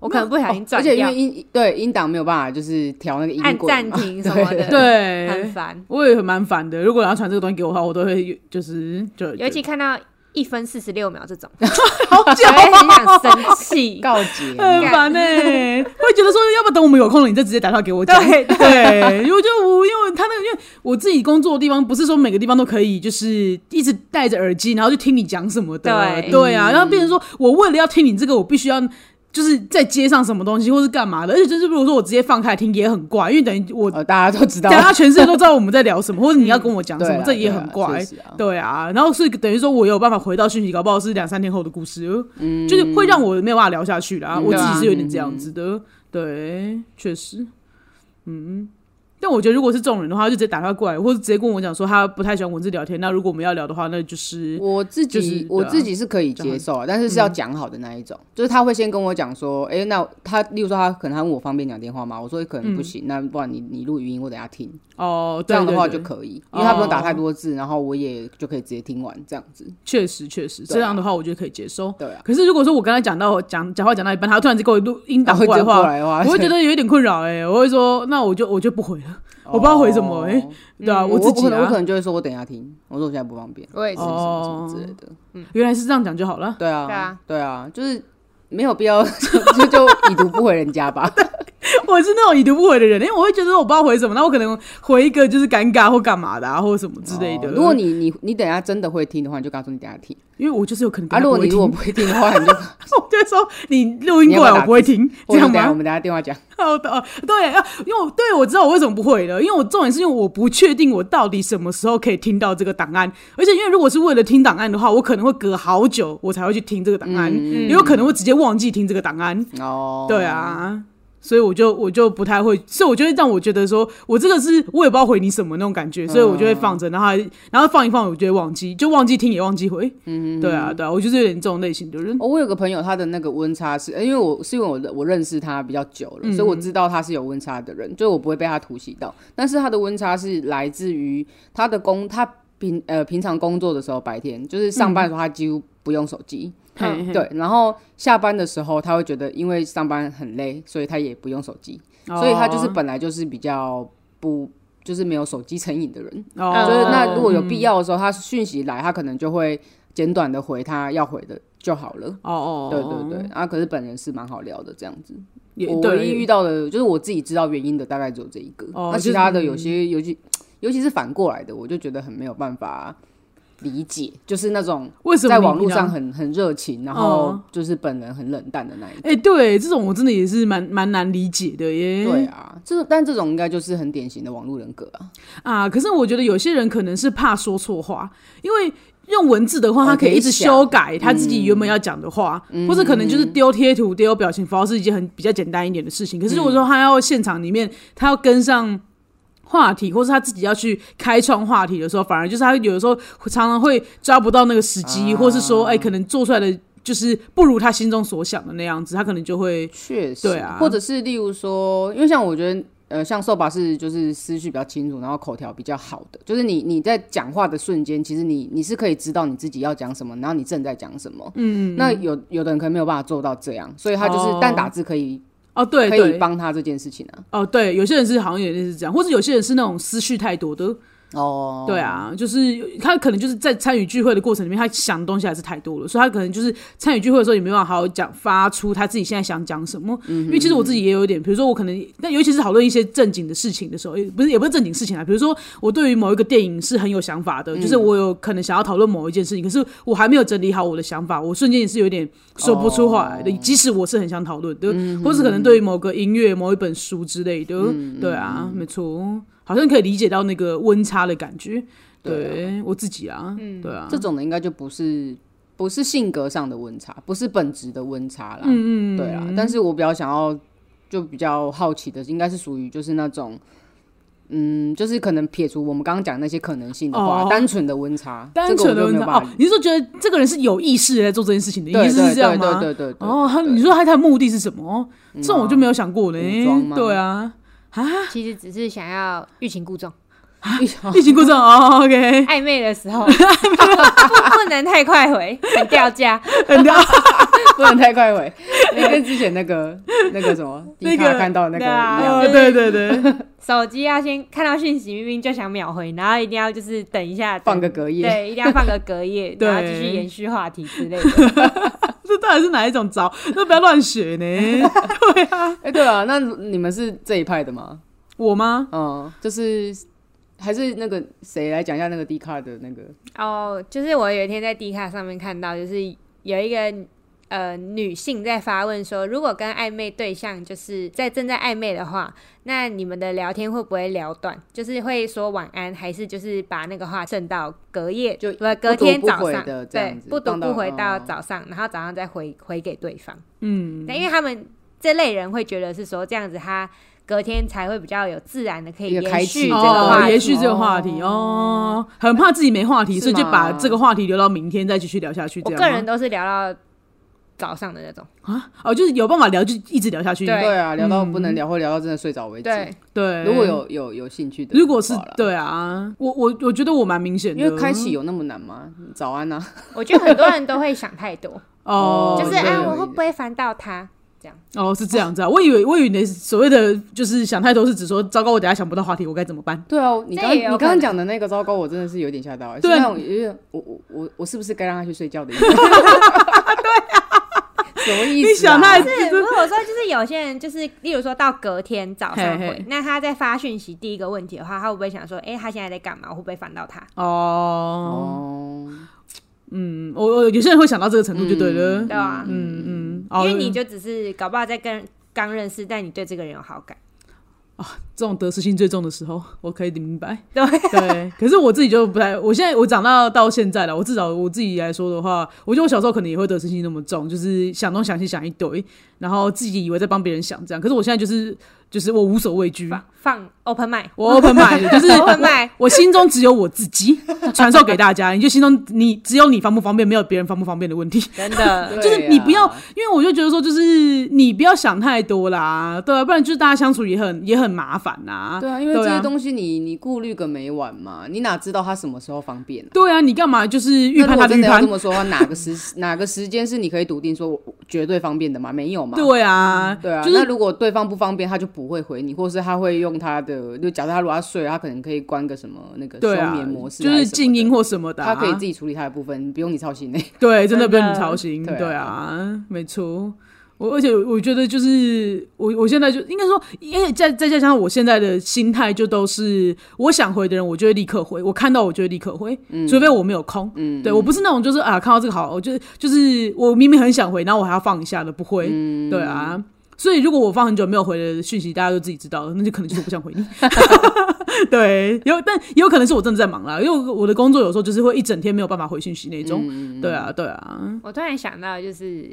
Speaker 2: 我可能不小
Speaker 1: 哦
Speaker 2: 心
Speaker 3: 哦
Speaker 2: 转
Speaker 3: 而且因
Speaker 2: 掉
Speaker 3: 为，音对音档没有办法，就是调那个
Speaker 2: 按
Speaker 3: 音轨
Speaker 2: 暂
Speaker 3: 嘛，
Speaker 2: 停什么的，，很
Speaker 1: 对，
Speaker 2: 烦。
Speaker 1: 我也很蛮烦的。如果要传这个东西给我的话，我都会就是就
Speaker 2: 尤其
Speaker 1: 就
Speaker 2: 看到一分四十六秒这种，
Speaker 1: [laughs] 好
Speaker 2: 我
Speaker 1: 久
Speaker 2: 会很想
Speaker 1: 哦，
Speaker 2: 生
Speaker 1: [laughs]
Speaker 2: 气。
Speaker 3: [laughs] 告解。
Speaker 1: 很烦呢、
Speaker 3: [laughs]
Speaker 1: 会觉得说，要不等我们有空了，你再直接打电话给我讲。
Speaker 2: 对
Speaker 1: 对，因为我就我因为他那个，因为我自己工作的地方不是说每个地方都可以，就是一直戴着耳机，然后就听你讲什么的。
Speaker 2: 对
Speaker 1: 啊，然后变成说我为了要听你这个，我必须要。就是在街上什么东西，或是干嘛的，而且就是如果说我直接放开听也很怪，因为等于我
Speaker 3: 呃，大家都知道，
Speaker 1: 大家全世界都知道我们在聊什么，或者你要跟我讲什
Speaker 3: 对
Speaker 1: 么
Speaker 3: 啦，
Speaker 1: 这也很
Speaker 3: 对啦
Speaker 1: 怪
Speaker 3: 确。实啊
Speaker 1: 对啊，然后所以等于说我有办法回到讯息，搞不好是两三天后的故事，嗯、就是会让我没有办法聊下去啦。
Speaker 3: 嗯
Speaker 1: 我自
Speaker 2: 对
Speaker 1: 己
Speaker 2: 啊
Speaker 1: 是有点这样子的，对，确实，嗯。但我觉得如果是这种人的话，他就直接打电话过来，或者直接跟我讲说他不太喜欢文字聊天。那如果我们要聊的话，那就是
Speaker 3: 我自
Speaker 1: 就
Speaker 3: 己
Speaker 1: 是
Speaker 3: 我
Speaker 1: 对啊嗯
Speaker 3: 自己是可以接受啊，但是是要讲好的那一种，就是他会先跟我讲说，哎，那他例如说他可能他问我方便讲电话吗？我说可能不行，那不然你你录语音我等下听，
Speaker 1: 哦，嗯
Speaker 3: 这
Speaker 1: 对
Speaker 3: 样的话
Speaker 1: 对
Speaker 3: 就
Speaker 1: 对
Speaker 3: 可以，因为他不用打太多字，然后我也就可以直接听完这样子。
Speaker 1: 确实确实，
Speaker 3: 对啊
Speaker 1: 这样的话我觉得可以接受。
Speaker 3: 对啊，
Speaker 1: 可是如果说我刚才讲到讲讲话讲到一半，他突然间给我录音
Speaker 3: 然
Speaker 1: 档
Speaker 3: 后
Speaker 1: 过来
Speaker 3: 就
Speaker 1: 的
Speaker 3: 啊过
Speaker 1: 话，
Speaker 3: 来的话，
Speaker 1: 我会觉得有一点困扰哎、我会说那我就我就不回了，我不知道回什么哎、
Speaker 3: 哦
Speaker 1: 对啊，
Speaker 3: 嗯
Speaker 1: 我自己
Speaker 3: 可能我可
Speaker 1: 啊，
Speaker 3: 能就会说，我等一下听。我说我现在不方便，哦
Speaker 2: 我也是
Speaker 3: 什，么什么什么之类
Speaker 1: 哦
Speaker 3: 的。
Speaker 1: 原来是这样讲就好了。 [laughs]
Speaker 3: 对啊，
Speaker 2: 对啊，
Speaker 3: 对啊，就是没有必要 [laughs] 就就已读不回人家吧。
Speaker 1: 我是那种已读不回的人，因为我会觉得我不知道回什么，那我可能回一个就是尴尬或干嘛的啊，或什么 [laughs] 之类的。
Speaker 3: 哦如果你你你等一下真的会听的话，你就告诉你等一下听。
Speaker 1: 因为我就是有可能等
Speaker 3: 啊，
Speaker 1: 下
Speaker 3: 如
Speaker 1: 不
Speaker 3: 果
Speaker 1: 会
Speaker 3: 你
Speaker 1: 听，
Speaker 3: 如果不会听的话，你
Speaker 1: [laughs]
Speaker 3: 就
Speaker 1: 我就会说你录音过来
Speaker 3: 你要不要打字
Speaker 1: 我不会听，这
Speaker 3: 或者
Speaker 1: 样
Speaker 3: 等一下我
Speaker 1: 吗？
Speaker 3: 们等一下电话讲。
Speaker 1: 好的， [laughs] 哦对啊，因为我对我知道我为什么不会了，因为我重点是因为我不确定我到底什么时候可以听到这个档案，而且因为如果是为了听档案的话，我可能会隔好久我才会去听这个档案，
Speaker 3: 嗯
Speaker 1: 也有可能会直接忘记听这个档案。
Speaker 3: 哦，
Speaker 1: 对，啊，所以我就我就不太会，所以我就会让我觉得说我这个是我也不知道回你什么那种感
Speaker 3: 嗯
Speaker 1: 觉，所以我就会放着，然后还然后放一放，我就会忘记，就忘记听也忘记回。嗯，对啊，对啊，我就是有点这种类型的人。
Speaker 3: 哦，我有个朋友，他的那个温差是，呃因为我是因为我的我认识他比较久了，所以
Speaker 1: 嗯
Speaker 3: 我知道他是有温差的人，就是我不会被他突袭到。但是他的温差是来自于他的工，他平呃平常工作的时候白天就是上班的时
Speaker 1: 嗯
Speaker 3: 候，他几乎不用手机，
Speaker 1: 嘿，嘿
Speaker 3: 对，然后下班的时候他会觉得因为上班很累，所以他也不用手机，
Speaker 1: 哦
Speaker 3: 所以他就是本来就是比较不。就是没有手机成瘾的人，
Speaker 1: 哦，
Speaker 2: 嗯
Speaker 3: 就是那如果有
Speaker 1: 嗯
Speaker 3: 必要的时候，他讯息来，他可能就会简短的回他要回的就好了。
Speaker 1: 哦哦，
Speaker 3: 对对对，啊，可是本人是蛮好聊的这样子。
Speaker 1: 也
Speaker 3: 我唯一遇
Speaker 1: 对，
Speaker 3: 到的，就是我自己知道原因的，大概只有这一个。
Speaker 1: 哦
Speaker 3: 那
Speaker 1: 就
Speaker 3: 其
Speaker 1: 是
Speaker 3: 他的有些，尤其尤其是反过来的，我就觉得很没有办法理解，就是那种
Speaker 1: 为什么
Speaker 3: 在
Speaker 1: 你比
Speaker 3: 网络
Speaker 1: 他
Speaker 3: 上很很热情，然后
Speaker 1: 哦
Speaker 3: 就是本人很冷淡的那一种。
Speaker 1: 哎、对，这种我真的也是蛮蛮难理解的耶。
Speaker 3: 对啊，这但这种应该就是很典型的网络人格啊。
Speaker 1: 啊，可是我觉得有些人可能是怕说错话，因为用文字的话，
Speaker 3: 哦
Speaker 1: 他可以一
Speaker 3: 可
Speaker 1: 直
Speaker 3: 以想嗯
Speaker 1: 修改他自己原本要讲的话，或者可能就是丢贴图、丢表情符号是一件很比较简单一点的
Speaker 3: 嗯
Speaker 1: 事情。可是如果说他要现场里面，他要跟上。话题，或是他自己要去开创话题的时候，反而就是他有的时候常常会抓不到那个时机，
Speaker 3: 啊
Speaker 1: 或是说，哎、可能做出来的就是不如他心中所想的那样子，他可能就会
Speaker 3: 确实，
Speaker 1: 对啊
Speaker 3: 或者是例如说，因为像我觉得。呃，像瘦吧是就是思绪比较清楚，然后口条比较好的，就是你你在讲话的瞬间，其实你你是可以知道你自己要讲什么，然后你正在讲什么。嗯，那有有的人可能没有办法做到这样，所以他就是
Speaker 1: 哦
Speaker 3: 但打字可以、
Speaker 1: 哦，对
Speaker 3: 可以
Speaker 1: 对，
Speaker 3: 帮他这件事情啊。
Speaker 1: 哦对，有些人是好像有点是这样，或者有些人是那种思绪太多的，
Speaker 3: 哦，
Speaker 1: 对啊，就是他可能就是在参与聚会的过程里面，他想的东西还是太多了，所以他可能就是参与聚会的时候也没办法好好讲发出他自己现在想讲什么。因为其实我自己也有一点，比如说我可能，但尤其是讨论一些正经的事情的时候，也不是也不是正经事情啊，比如说我对于某一个电影是很有想法的，就是我有可能想要讨论某一件事情，可是我还没有整理好我的想法，我瞬间也是有点说不出话来
Speaker 3: 哦
Speaker 1: 的，即使我是很想讨论的，
Speaker 3: 嗯
Speaker 1: 或是可能对于某个音乐、某一本书之类的，对
Speaker 3: 嗯
Speaker 1: 啊，没错。好像可以理解到那个温差的感觉。对我自己啊，对啊，
Speaker 3: 嗯这种的应该就不是不是性格上的温差，不是本质的温差啦。嗯嗯，对啊。但是我比较想要，就比较好奇的，应该是属于就是那种，嗯，就是可能撇除我们刚刚讲那些可能性的话，
Speaker 1: 哦
Speaker 3: 单纯的温差，
Speaker 1: 单纯的温差
Speaker 3: 差
Speaker 1: 哦。你是说觉得这个人是有意识地在做这件事情的，
Speaker 3: 对
Speaker 1: 意思
Speaker 3: 对
Speaker 1: 是这样
Speaker 3: 对
Speaker 1: 吗？
Speaker 3: 对对对对，
Speaker 1: 哦，他你说他他的目的是什么？这种我就没有想过呢
Speaker 3: 武装。吗
Speaker 1: 对啊，
Speaker 2: 其实只是想要欲擒故纵，
Speaker 1: 疫情过程哦，OK，
Speaker 2: [laughs]
Speaker 3: [laughs]
Speaker 2: 暧昧的时候不不能太快回，很掉价。
Speaker 1: 很屌，
Speaker 3: 不能太快回，因为跟之前那个那个什么，
Speaker 1: 那
Speaker 3: 迪
Speaker 1: 个
Speaker 3: 卡看到那个
Speaker 2: 对啊
Speaker 3: 一样。
Speaker 1: 哦对对对，
Speaker 3: [laughs]
Speaker 2: 手机要先看到讯息，明明就想秒回，然后一定要就是等一下，
Speaker 3: 放个隔夜，
Speaker 2: 对，一定要放个隔
Speaker 3: [laughs]
Speaker 2: 夜，
Speaker 1: 对
Speaker 2: 然后继续延续话题之类的。
Speaker 1: 这到底是哪一种招？那不要乱学呢。
Speaker 3: 哎、对啊，那你们是这一派的吗？
Speaker 1: 我吗？
Speaker 3: 嗯，就是还是那个谁来讲一下那个 D 卡的那个
Speaker 2: 哦，就是我有一天在 D 卡上面看到，就是有一个。呃，女性在发问说，如果跟暧昧对象就是在正在暧昧的话，那你们的聊天会不会聊短？就是会说晚安，还是就是把那个话剩到隔夜，
Speaker 3: 就
Speaker 2: 不隔
Speaker 3: 不读
Speaker 2: 天
Speaker 3: 不
Speaker 2: 早
Speaker 3: 回
Speaker 2: 上，
Speaker 3: 的这
Speaker 2: 对
Speaker 3: 样，子
Speaker 2: 不读
Speaker 3: 放到
Speaker 2: 不回到
Speaker 3: 哦
Speaker 2: 早上，然后早上再回回给对方。
Speaker 1: 嗯，
Speaker 2: 对，因为他们这类人会觉得是说这样子，他隔天才会比较有自然的可以
Speaker 3: 一个开
Speaker 2: 延续
Speaker 3: 启
Speaker 2: 这
Speaker 3: 的
Speaker 2: 个
Speaker 1: 哦
Speaker 2: 话，题。
Speaker 1: 延续这个话题哦，很怕自己没话题，所
Speaker 3: 是
Speaker 1: 以就把
Speaker 3: 吗
Speaker 1: 这个话题留到明天再继续聊下去。
Speaker 2: 我
Speaker 1: 这样吗
Speaker 2: 个人都是聊到早上的那种，
Speaker 1: 啊，哦，就是有办法聊就一直聊下去。
Speaker 2: 对
Speaker 3: 对啊，聊到不能聊，或聊到真的睡
Speaker 1: 哎
Speaker 3: 着为止。
Speaker 2: 对，
Speaker 1: 对，
Speaker 3: 如果有有有兴趣的话啦，
Speaker 1: 如果是对啊，我我我觉得我蛮明显的，
Speaker 3: 因为开启有那么难吗？早安啊，
Speaker 2: 我觉得很多人都会想太多，
Speaker 1: [laughs] 哦，
Speaker 2: 就是
Speaker 3: 对
Speaker 2: 啊，
Speaker 3: 有
Speaker 2: 我
Speaker 3: 一
Speaker 2: 会不会烦到他？
Speaker 1: 哦是这样子啊，我以为我以为你的所谓的就是想太多是指说，糟糕，我等下想不到话题，我该怎么办？
Speaker 3: [laughs] 对啊，你
Speaker 2: 这
Speaker 3: 刚
Speaker 2: 也
Speaker 3: 你
Speaker 2: 有
Speaker 3: 刚
Speaker 2: 可
Speaker 3: 刚
Speaker 2: 能
Speaker 3: 讲的那个糟糕，我真的是有点吓到欸，是
Speaker 1: 对
Speaker 3: 那种有 [laughs] 点我我我我是不是该让他去睡觉的 [laughs] 意思？啊 [laughs] 什么意思啊？
Speaker 1: 你想太
Speaker 2: [laughs] 是，如果说就是有些人就是，例如说到隔天早上
Speaker 1: 嘿
Speaker 2: 回，
Speaker 1: 嘿
Speaker 2: 那他在发讯息第一个问题的话，他会不会想说，哎、他现在在干嘛？我会不会烦到他？
Speaker 1: 哦，
Speaker 3: [laughs] 哦，
Speaker 1: 嗯，我我有些人会想到这个程度就对了，
Speaker 2: 对啊，
Speaker 1: 嗯嗯，
Speaker 2: 因
Speaker 1: 哦
Speaker 2: 为你就只是搞不好在跟刚认识，但你对这个人有好感。
Speaker 1: 这种得失心最重的时候，我可以明白。
Speaker 2: 对
Speaker 1: 对，可是我自己就不太，我现在我长大到现在了，我至少我自己来说的话，我觉得我小时候可能也会得失心那么重，就是想东想西想一堆，然后自己以为在帮别人想这样。可是我现在就是就是我无所畏惧，
Speaker 2: 放放 open mind，
Speaker 1: 我 open
Speaker 3: [laughs]
Speaker 1: mind，就是
Speaker 2: open mind
Speaker 1: 我心中只有我自己，传授给大家。你就心中你只有你方不方便，没有别人方不方便的问题。
Speaker 2: 真
Speaker 3: [laughs]
Speaker 2: 的。
Speaker 1: 就是
Speaker 3: 对
Speaker 1: 你不要
Speaker 3: 啊，
Speaker 1: 因为我就觉得说，就是你不要想太多啦，对啊，不然就是大家相处也很也很麻烦呐、
Speaker 3: 对啊，因为
Speaker 1: 对
Speaker 3: 这
Speaker 1: 啊
Speaker 3: 些东西你你顾虑个没完嘛，你哪知道他什么时候方便啊？
Speaker 1: 对啊，你干嘛就是预
Speaker 3: 那如
Speaker 1: 判
Speaker 3: 果
Speaker 1: 他的
Speaker 3: 真
Speaker 1: 预
Speaker 3: 的要
Speaker 1: 判
Speaker 3: 这？么说的话，哪个时 [laughs] 哪个时间是你可以笃定说我我绝对方便的吗？没有嘛？
Speaker 1: 对啊，
Speaker 3: 对啊，
Speaker 1: 就是
Speaker 3: 那如果对方不方便，他就不会回你，或是他会用他的，就假设他如果他睡了，他可能可以关个什么那个
Speaker 1: 对
Speaker 3: 休
Speaker 1: 啊
Speaker 3: 眠模，式
Speaker 1: 就
Speaker 3: 还什么
Speaker 1: 是
Speaker 3: 的，
Speaker 1: 静音或什么的啊、
Speaker 3: 他可以自
Speaker 1: [laughs]
Speaker 3: 己处理他的部分，不用你操心呢。欸
Speaker 1: 对，真的
Speaker 2: 真
Speaker 1: 不用你
Speaker 2: 的
Speaker 1: 操心，
Speaker 3: 对啊
Speaker 1: 对啊，没错。我而且我觉得就是我我现在就应该说，因为再再加上我现在的心态，就都是我想回的人，我就会立刻回，我看到我就会立刻回，除非我没有空。
Speaker 3: 嗯
Speaker 1: 对我不是那种就是啊看到这个好，我就就是我明明很想回，然后我还要放一下的，不会。对啊，所以如果我放很久没有回的讯息，大家都自己知道了，那就可能就是我不想回你。对，有但也有可能是我真的在忙啦，因为我的工作有时候就是会一整天没有办法回讯息那种。对啊，对啊，
Speaker 2: 我突然想到，就是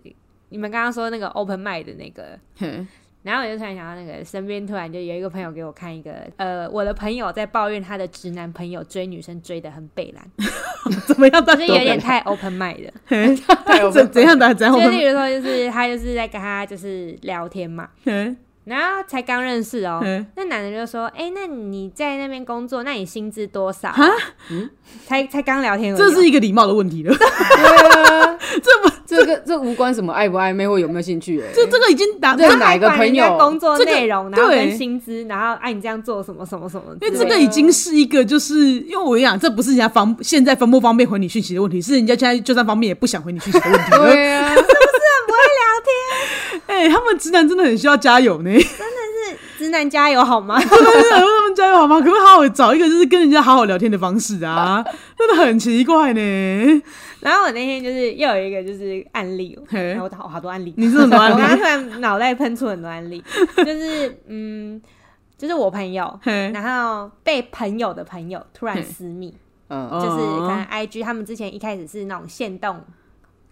Speaker 2: 你们刚刚说那个 open mind 的那个，
Speaker 1: 嘿，
Speaker 2: 然后我就突然想到，那个身边突然就有一个朋友给我看一个，呃，我的朋友在抱怨他的直男朋友追女生追的很北
Speaker 1: [laughs]
Speaker 2: 蓝，
Speaker 1: [laughs] 怎么样？大
Speaker 2: 就是有点
Speaker 1: 家
Speaker 2: 太 open
Speaker 1: [laughs]
Speaker 2: mind 了。
Speaker 1: 嘿，
Speaker 3: 太有
Speaker 1: 怎怎样的？怎样？
Speaker 2: 就
Speaker 1: 我
Speaker 2: 是例
Speaker 1: 们
Speaker 2: 如说，就是他就是在跟他就是聊天嘛，
Speaker 1: [laughs] 嘿，
Speaker 2: 然后才刚认识哦、
Speaker 1: 嘿
Speaker 2: 那男的就说：“哎、那你在那边工作，那你薪资多少、
Speaker 1: 哈
Speaker 2: 啊？”才才刚聊天而已哦，
Speaker 1: 这是一个礼貌的问题了。
Speaker 3: 这个这无关什么爱不暧昧或有没有兴趣、欸，
Speaker 1: 这这个已经达，
Speaker 3: 这
Speaker 1: 因
Speaker 3: 哪一个
Speaker 2: 还管人
Speaker 3: 朋友
Speaker 2: 家工作
Speaker 1: 这个
Speaker 2: 内容，然后跟
Speaker 1: 对哎
Speaker 2: 薪资，然后哎，你这样做什么什么什么之类的，
Speaker 1: 为这个已经是一个，就是因为我跟你讲，这不是人家方现在方不方便回你讯息的问题，是人家现在就算方便也不想回你讯息的问 [laughs] 题。
Speaker 3: 对啊，
Speaker 1: 哎、他们直男真的很需要加油呢，
Speaker 2: 直男加油好吗？ [laughs]
Speaker 1: 真的 [laughs] 他们加油好吗？可不可以好好找一个就是跟人家好好聊天的方式 [laughs] 啊？真的很奇怪呢。
Speaker 2: 然后我那天就是又有一个就是案例哦，
Speaker 1: 嘿
Speaker 2: 然后我好好多案例，
Speaker 1: 你是什么
Speaker 2: [laughs] 我刚
Speaker 1: 案
Speaker 2: 刚
Speaker 1: 例？
Speaker 2: 突然脑袋喷出很多案例，就是嗯，就是我朋友，
Speaker 1: 嘿，
Speaker 2: 然后被朋友的朋友突然私密，
Speaker 1: 啊
Speaker 3: 嗯，
Speaker 2: 就是可能
Speaker 1: 哦
Speaker 2: IG 他们之前一开始是那种限动，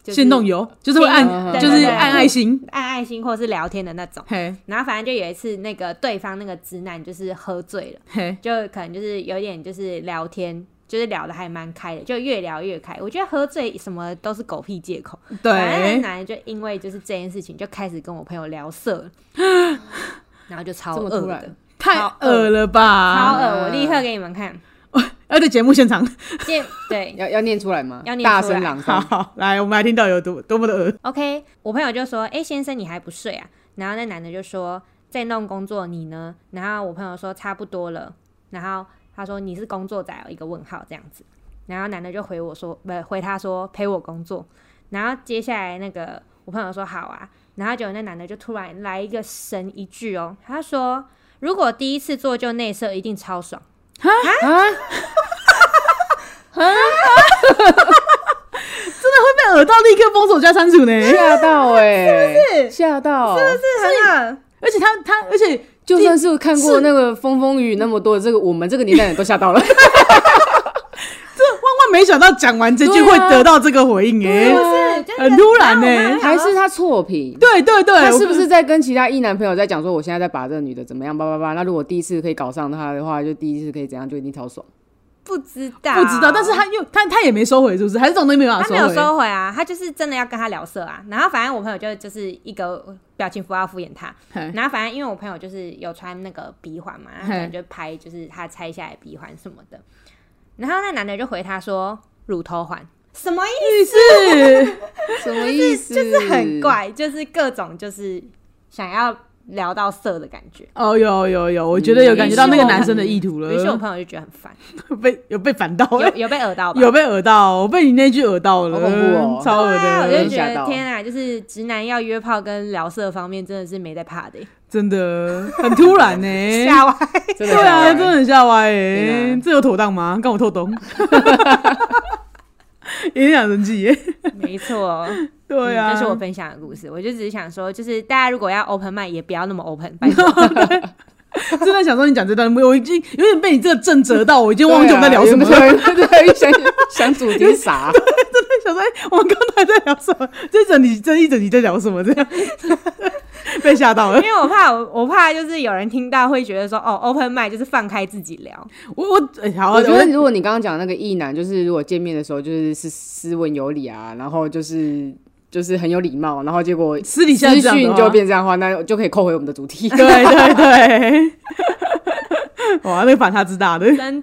Speaker 2: 就是
Speaker 1: 限动游就是会
Speaker 3: 嗯
Speaker 1: 按，
Speaker 3: 对
Speaker 1: 就
Speaker 3: 对
Speaker 1: 是
Speaker 3: 对
Speaker 1: 按爱心。
Speaker 2: 按爱心或是聊天的那种，
Speaker 1: 嘿，
Speaker 2: 然后反正就有一次那个对方那个直男就是喝醉了，
Speaker 1: 嘿，
Speaker 2: 就可能就是有点就是聊天。就是聊的还蛮开的，就越聊越开。我觉得喝醉什么都是狗屁借口，反正那
Speaker 1: 对，
Speaker 2: 男的就因为就是这件事情，就开始跟我朋友聊色
Speaker 3: [gasps]
Speaker 2: 了，然后就超
Speaker 3: 这么
Speaker 2: 恶
Speaker 3: 突啊然
Speaker 2: 的，
Speaker 1: 太
Speaker 2: 好
Speaker 1: 恶了
Speaker 2: 超
Speaker 1: 吧！
Speaker 2: 恶！我立刻给你们看，
Speaker 1: 要在节目现场，
Speaker 2: 见对
Speaker 3: 要要念出来吗？
Speaker 2: 要念出来
Speaker 3: 大声朗
Speaker 1: 好
Speaker 3: 诵，
Speaker 1: 好来，我们来听到有多多么的恶。
Speaker 2: ，OK，我朋友就说：“哎、先生，你还不睡啊？”然后那男的就说：“在弄工作，你呢？”然后我朋友说：“差不多了。”然后他说：“你是工作仔、哦？”一个问号这样子。然后男的就回我说：“不、回他说陪我工作。”然后接下来那个我朋友说：“好啊。”然后结果那男的就突然来一个神一句哦，他说：“如果第一次做就内射，一定超爽。”
Speaker 1: 被耳到立刻封锁加删除呢。
Speaker 3: 吓到哎、吓到，是不是？
Speaker 2: 真的，
Speaker 1: 而且他他，而且
Speaker 3: 就算是看过那个风风雨雨那么多的这个，我们这个年代人都
Speaker 1: [laughs]
Speaker 3: 吓到了。
Speaker 1: 啊万万没想到讲完这句
Speaker 3: 对
Speaker 1: 会
Speaker 3: 啊
Speaker 1: 得到这个回应哎、
Speaker 2: 是就是
Speaker 1: 很突然呢、
Speaker 3: 还是他错评？
Speaker 2: 啊
Speaker 1: 对对对，
Speaker 3: 他
Speaker 1: 我
Speaker 3: 是哎不是在跟其他异男朋友在讲说，我现在在把这个女的怎么样，叭叭叭？那如果第一次可以搞上她的话，就第一次可以怎样，就一定超爽。
Speaker 2: 不知道，
Speaker 1: 不知道？但是他又他他也没收回，是不是？还是这种东西没办法
Speaker 2: 他
Speaker 1: 收
Speaker 2: 没有
Speaker 1: 回？
Speaker 2: 收回啊，他就是真的要跟他聊色啊。然后反正我朋友就就是一个表情符号敷衍他。
Speaker 1: 嘿
Speaker 2: 然后反正因为我朋友就是有穿那个鼻环
Speaker 1: 嗯
Speaker 2: 嘛，他可能就拍就是他拆下来鼻环什么的。然后那男的就回他说乳头环，什么意
Speaker 1: 是，
Speaker 3: 什么意思？就是
Speaker 1: 嗯
Speaker 2: 思？很。怪，就是各种就是想要聊到色的感觉。
Speaker 1: 哦，有有有，我觉得有感觉到那个男生的意图
Speaker 2: 于嗯是我
Speaker 1: 了，
Speaker 2: 朋友就觉得很烦，
Speaker 1: [laughs] 被有被反到
Speaker 2: 有有被耳到吧？
Speaker 1: 哦有被耳到，我被你那句耳到了，
Speaker 3: 好恐怖哦
Speaker 1: 超耳
Speaker 2: 对啊，我
Speaker 1: 的，
Speaker 2: 就觉
Speaker 3: 吓
Speaker 2: 得
Speaker 3: 到
Speaker 2: 天啊，就是直男要约炮跟聊色方面真的是没在怕的、欸
Speaker 1: 真的很突然呢、欸
Speaker 3: [laughs]
Speaker 2: 吓歪。
Speaker 3: 真的
Speaker 1: 对啊，
Speaker 3: 吓
Speaker 1: 嗯 [laughs] 真
Speaker 3: 到
Speaker 1: 的
Speaker 3: 欸
Speaker 1: 很吓歪哎、
Speaker 3: 对啊
Speaker 1: 这有妥当吗？跟我透
Speaker 3: [laughs]
Speaker 1: 懂，有点想生气耶、
Speaker 2: 没错，
Speaker 1: 对啊，
Speaker 2: 嗯这是我
Speaker 1: [laughs]
Speaker 2: 分享的故事。我就只是想说，就是大家如果要 open mind，也不要那么 open，拜
Speaker 1: [laughs]
Speaker 2: 托
Speaker 1: 正在想说你讲这段，我已经有点被你这个震折到，我已经忘记我们在聊什么了。 [laughs]
Speaker 3: 对啊对对，想想主题是 [laughs] 啥？
Speaker 1: 想说，哎、我们刚才在聊什么？这一整集这一整集在聊什么？这样 [laughs] 被吓到了
Speaker 2: 因。为我怕我我怕就是有人听到会觉得说，哦，open mind 就是放开自己聊，
Speaker 1: 我我、哎好，
Speaker 3: 我觉得
Speaker 1: 我
Speaker 3: 如果你刚刚讲那个异男，就是如果见面的时候就是是斯文有礼啊，然后就是就是很有礼貌，然后结果
Speaker 1: 私底下
Speaker 3: [laughs] 私
Speaker 1: 是这样的
Speaker 3: 讯
Speaker 1: 吗
Speaker 3: 就变这样的话，那就可以扣回我们的主题。
Speaker 1: 对对对， [laughs] 哇，那个反差之大的。
Speaker 2: 真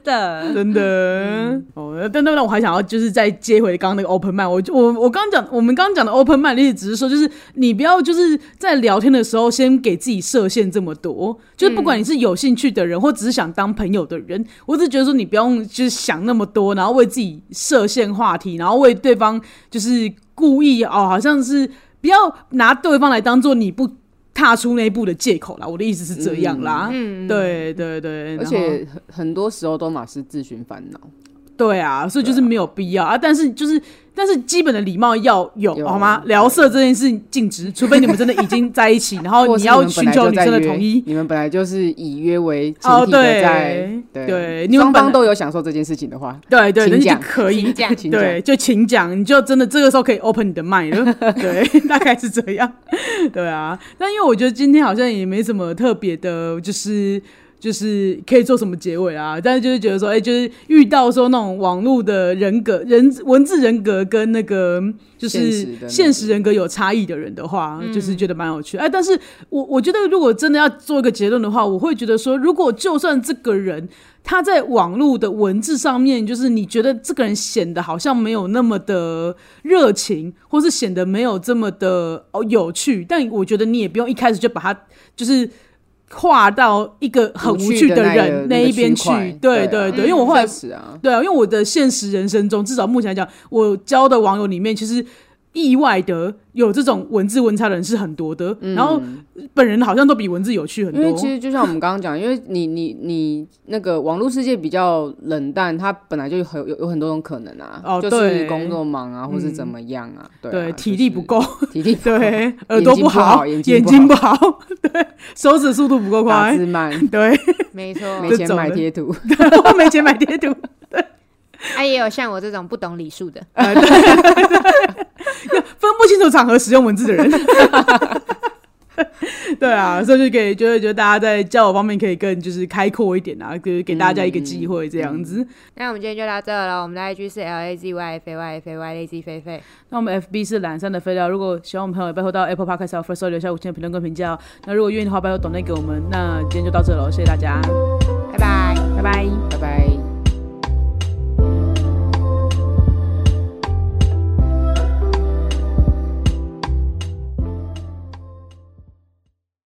Speaker 1: [laughs]
Speaker 2: 的。
Speaker 1: 真的、
Speaker 3: 嗯
Speaker 1: 哦，但但但我还想要就是再接回刚刚那个 open mind，我就我我刚讲我们刚刚讲的 open mind 的意思只是说，就是你不要就是在聊天的时候先给自己设限这么多，就是不
Speaker 3: 嗯
Speaker 1: 管你是有兴趣的人或只是想当朋友的人，我只是觉得说你不用就是想那么多，然后为自己设限话题，然后为对方就是故意哦，好像是不要拿对方来当做你不踏出那一步的借口啦。我的意思是这样啦，
Speaker 2: 嗯，
Speaker 1: 啊对对对，
Speaker 3: [laughs]
Speaker 1: 然
Speaker 3: 而
Speaker 1: 后
Speaker 3: 且很很多时候都嘛是自寻烦恼。
Speaker 1: 对啊，所以就是没有必要啊但是就是。但是基本的礼貌要有，
Speaker 3: 有啊
Speaker 1: 好吗？聊色这件事禁止，除非你们真的已经在一
Speaker 3: [laughs]
Speaker 1: 起，然后
Speaker 3: 或
Speaker 1: 哦你
Speaker 3: 是
Speaker 1: 要
Speaker 3: 们本
Speaker 1: 寻
Speaker 3: 来
Speaker 1: 求
Speaker 3: 就
Speaker 1: 女
Speaker 3: 在
Speaker 1: 生的
Speaker 3: 约
Speaker 1: 同意。
Speaker 3: 你们本来就是以约为
Speaker 1: 哦
Speaker 3: 前提
Speaker 1: 对
Speaker 3: 的在，
Speaker 1: 对你们
Speaker 3: 双
Speaker 1: 本
Speaker 3: 方
Speaker 1: 来
Speaker 3: 都有享受这件事情的话，
Speaker 1: 对对，
Speaker 3: 请
Speaker 1: 那就
Speaker 3: 讲
Speaker 1: 可以
Speaker 2: 请讲
Speaker 3: 请讲
Speaker 1: 对，就请讲，你就真的这个时候可以 open 你的 mind
Speaker 3: [laughs]
Speaker 1: 了，对， [laughs] 大概是这样，对啊。但因为我觉得今天好像也没什么特别的，就是就是可以做什么结尾啊，但是就是觉得说，哎、就是遇到说那种网络的人格、人文字人格跟那个就
Speaker 3: 现
Speaker 1: 是
Speaker 3: 实的那
Speaker 1: 现
Speaker 3: 个
Speaker 1: 实人格有差异的人的话，就是觉得蛮有趣。哎、但是我我觉得如果真的要做一个结论的话，我会觉得说，如果就算这个人他在网络的文字上面，就是你觉得这个人显得好像没有那么的热情，或是显得没有这么的哦有趣，但我觉得你也不用一开始就把他就是。跨到一个很无趣
Speaker 3: 的一个
Speaker 1: 人
Speaker 3: 那
Speaker 1: 一边去
Speaker 3: 区块，
Speaker 1: 对
Speaker 3: 对啊
Speaker 1: 对，因为我后来
Speaker 3: 确实啊，
Speaker 1: 对啊，因为我的现实人生中，至少目前来讲，我交的网友里面，其实意外的有这种文字文差的人是很多的。然后本人好像都比文字有趣很
Speaker 3: 嗯因
Speaker 1: 多
Speaker 3: 为。其实就像我们刚刚讲，因为你你你那个网络世界比较冷淡，它本来就有很有有很多种可能啊，
Speaker 1: 哦
Speaker 3: 就是
Speaker 1: 对嗯
Speaker 3: 工作忙啊，或是怎么样啊，对啊
Speaker 1: 对，体力不，够，
Speaker 3: 就是体力不够， [laughs]
Speaker 1: 对，耳朵
Speaker 3: 不
Speaker 1: 好，
Speaker 3: 好
Speaker 1: 眼
Speaker 3: 眼睛
Speaker 1: 不
Speaker 3: 不
Speaker 1: 好， [laughs] 对，手指速度不够
Speaker 3: 打
Speaker 1: 快，
Speaker 3: 字
Speaker 1: [laughs]
Speaker 3: 慢，
Speaker 1: 对，
Speaker 2: 没错。
Speaker 3: 没
Speaker 1: 就
Speaker 3: 钱
Speaker 1: 走
Speaker 3: 买
Speaker 1: 了
Speaker 3: 贴图，
Speaker 1: [laughs] 我没钱买贴图，
Speaker 2: 啊，也有像我这种不懂礼数的，
Speaker 1: 啊 [laughs] 分不清楚场合使用文字的人。 [laughs] 对啊，所以就给就是觉得大家在交友方面可以更就是开阔一点啊，就是给大家一个机会这样子。
Speaker 2: 那我们今天就到这了。我们的 IG 是 L A Z Y F A Y F A Y L A Z 菲菲。
Speaker 1: 那我们 FB 是懒散的废料，如果喜欢我们朋友，也拜托到 Apple Podcast 和 First Story 留下五星的评论跟评价哦。那如果愿意的话，拜托抖内给我们。那今天就到这了哦，谢谢大家，
Speaker 2: 拜拜。
Speaker 1: 拜拜。
Speaker 3: 拜拜。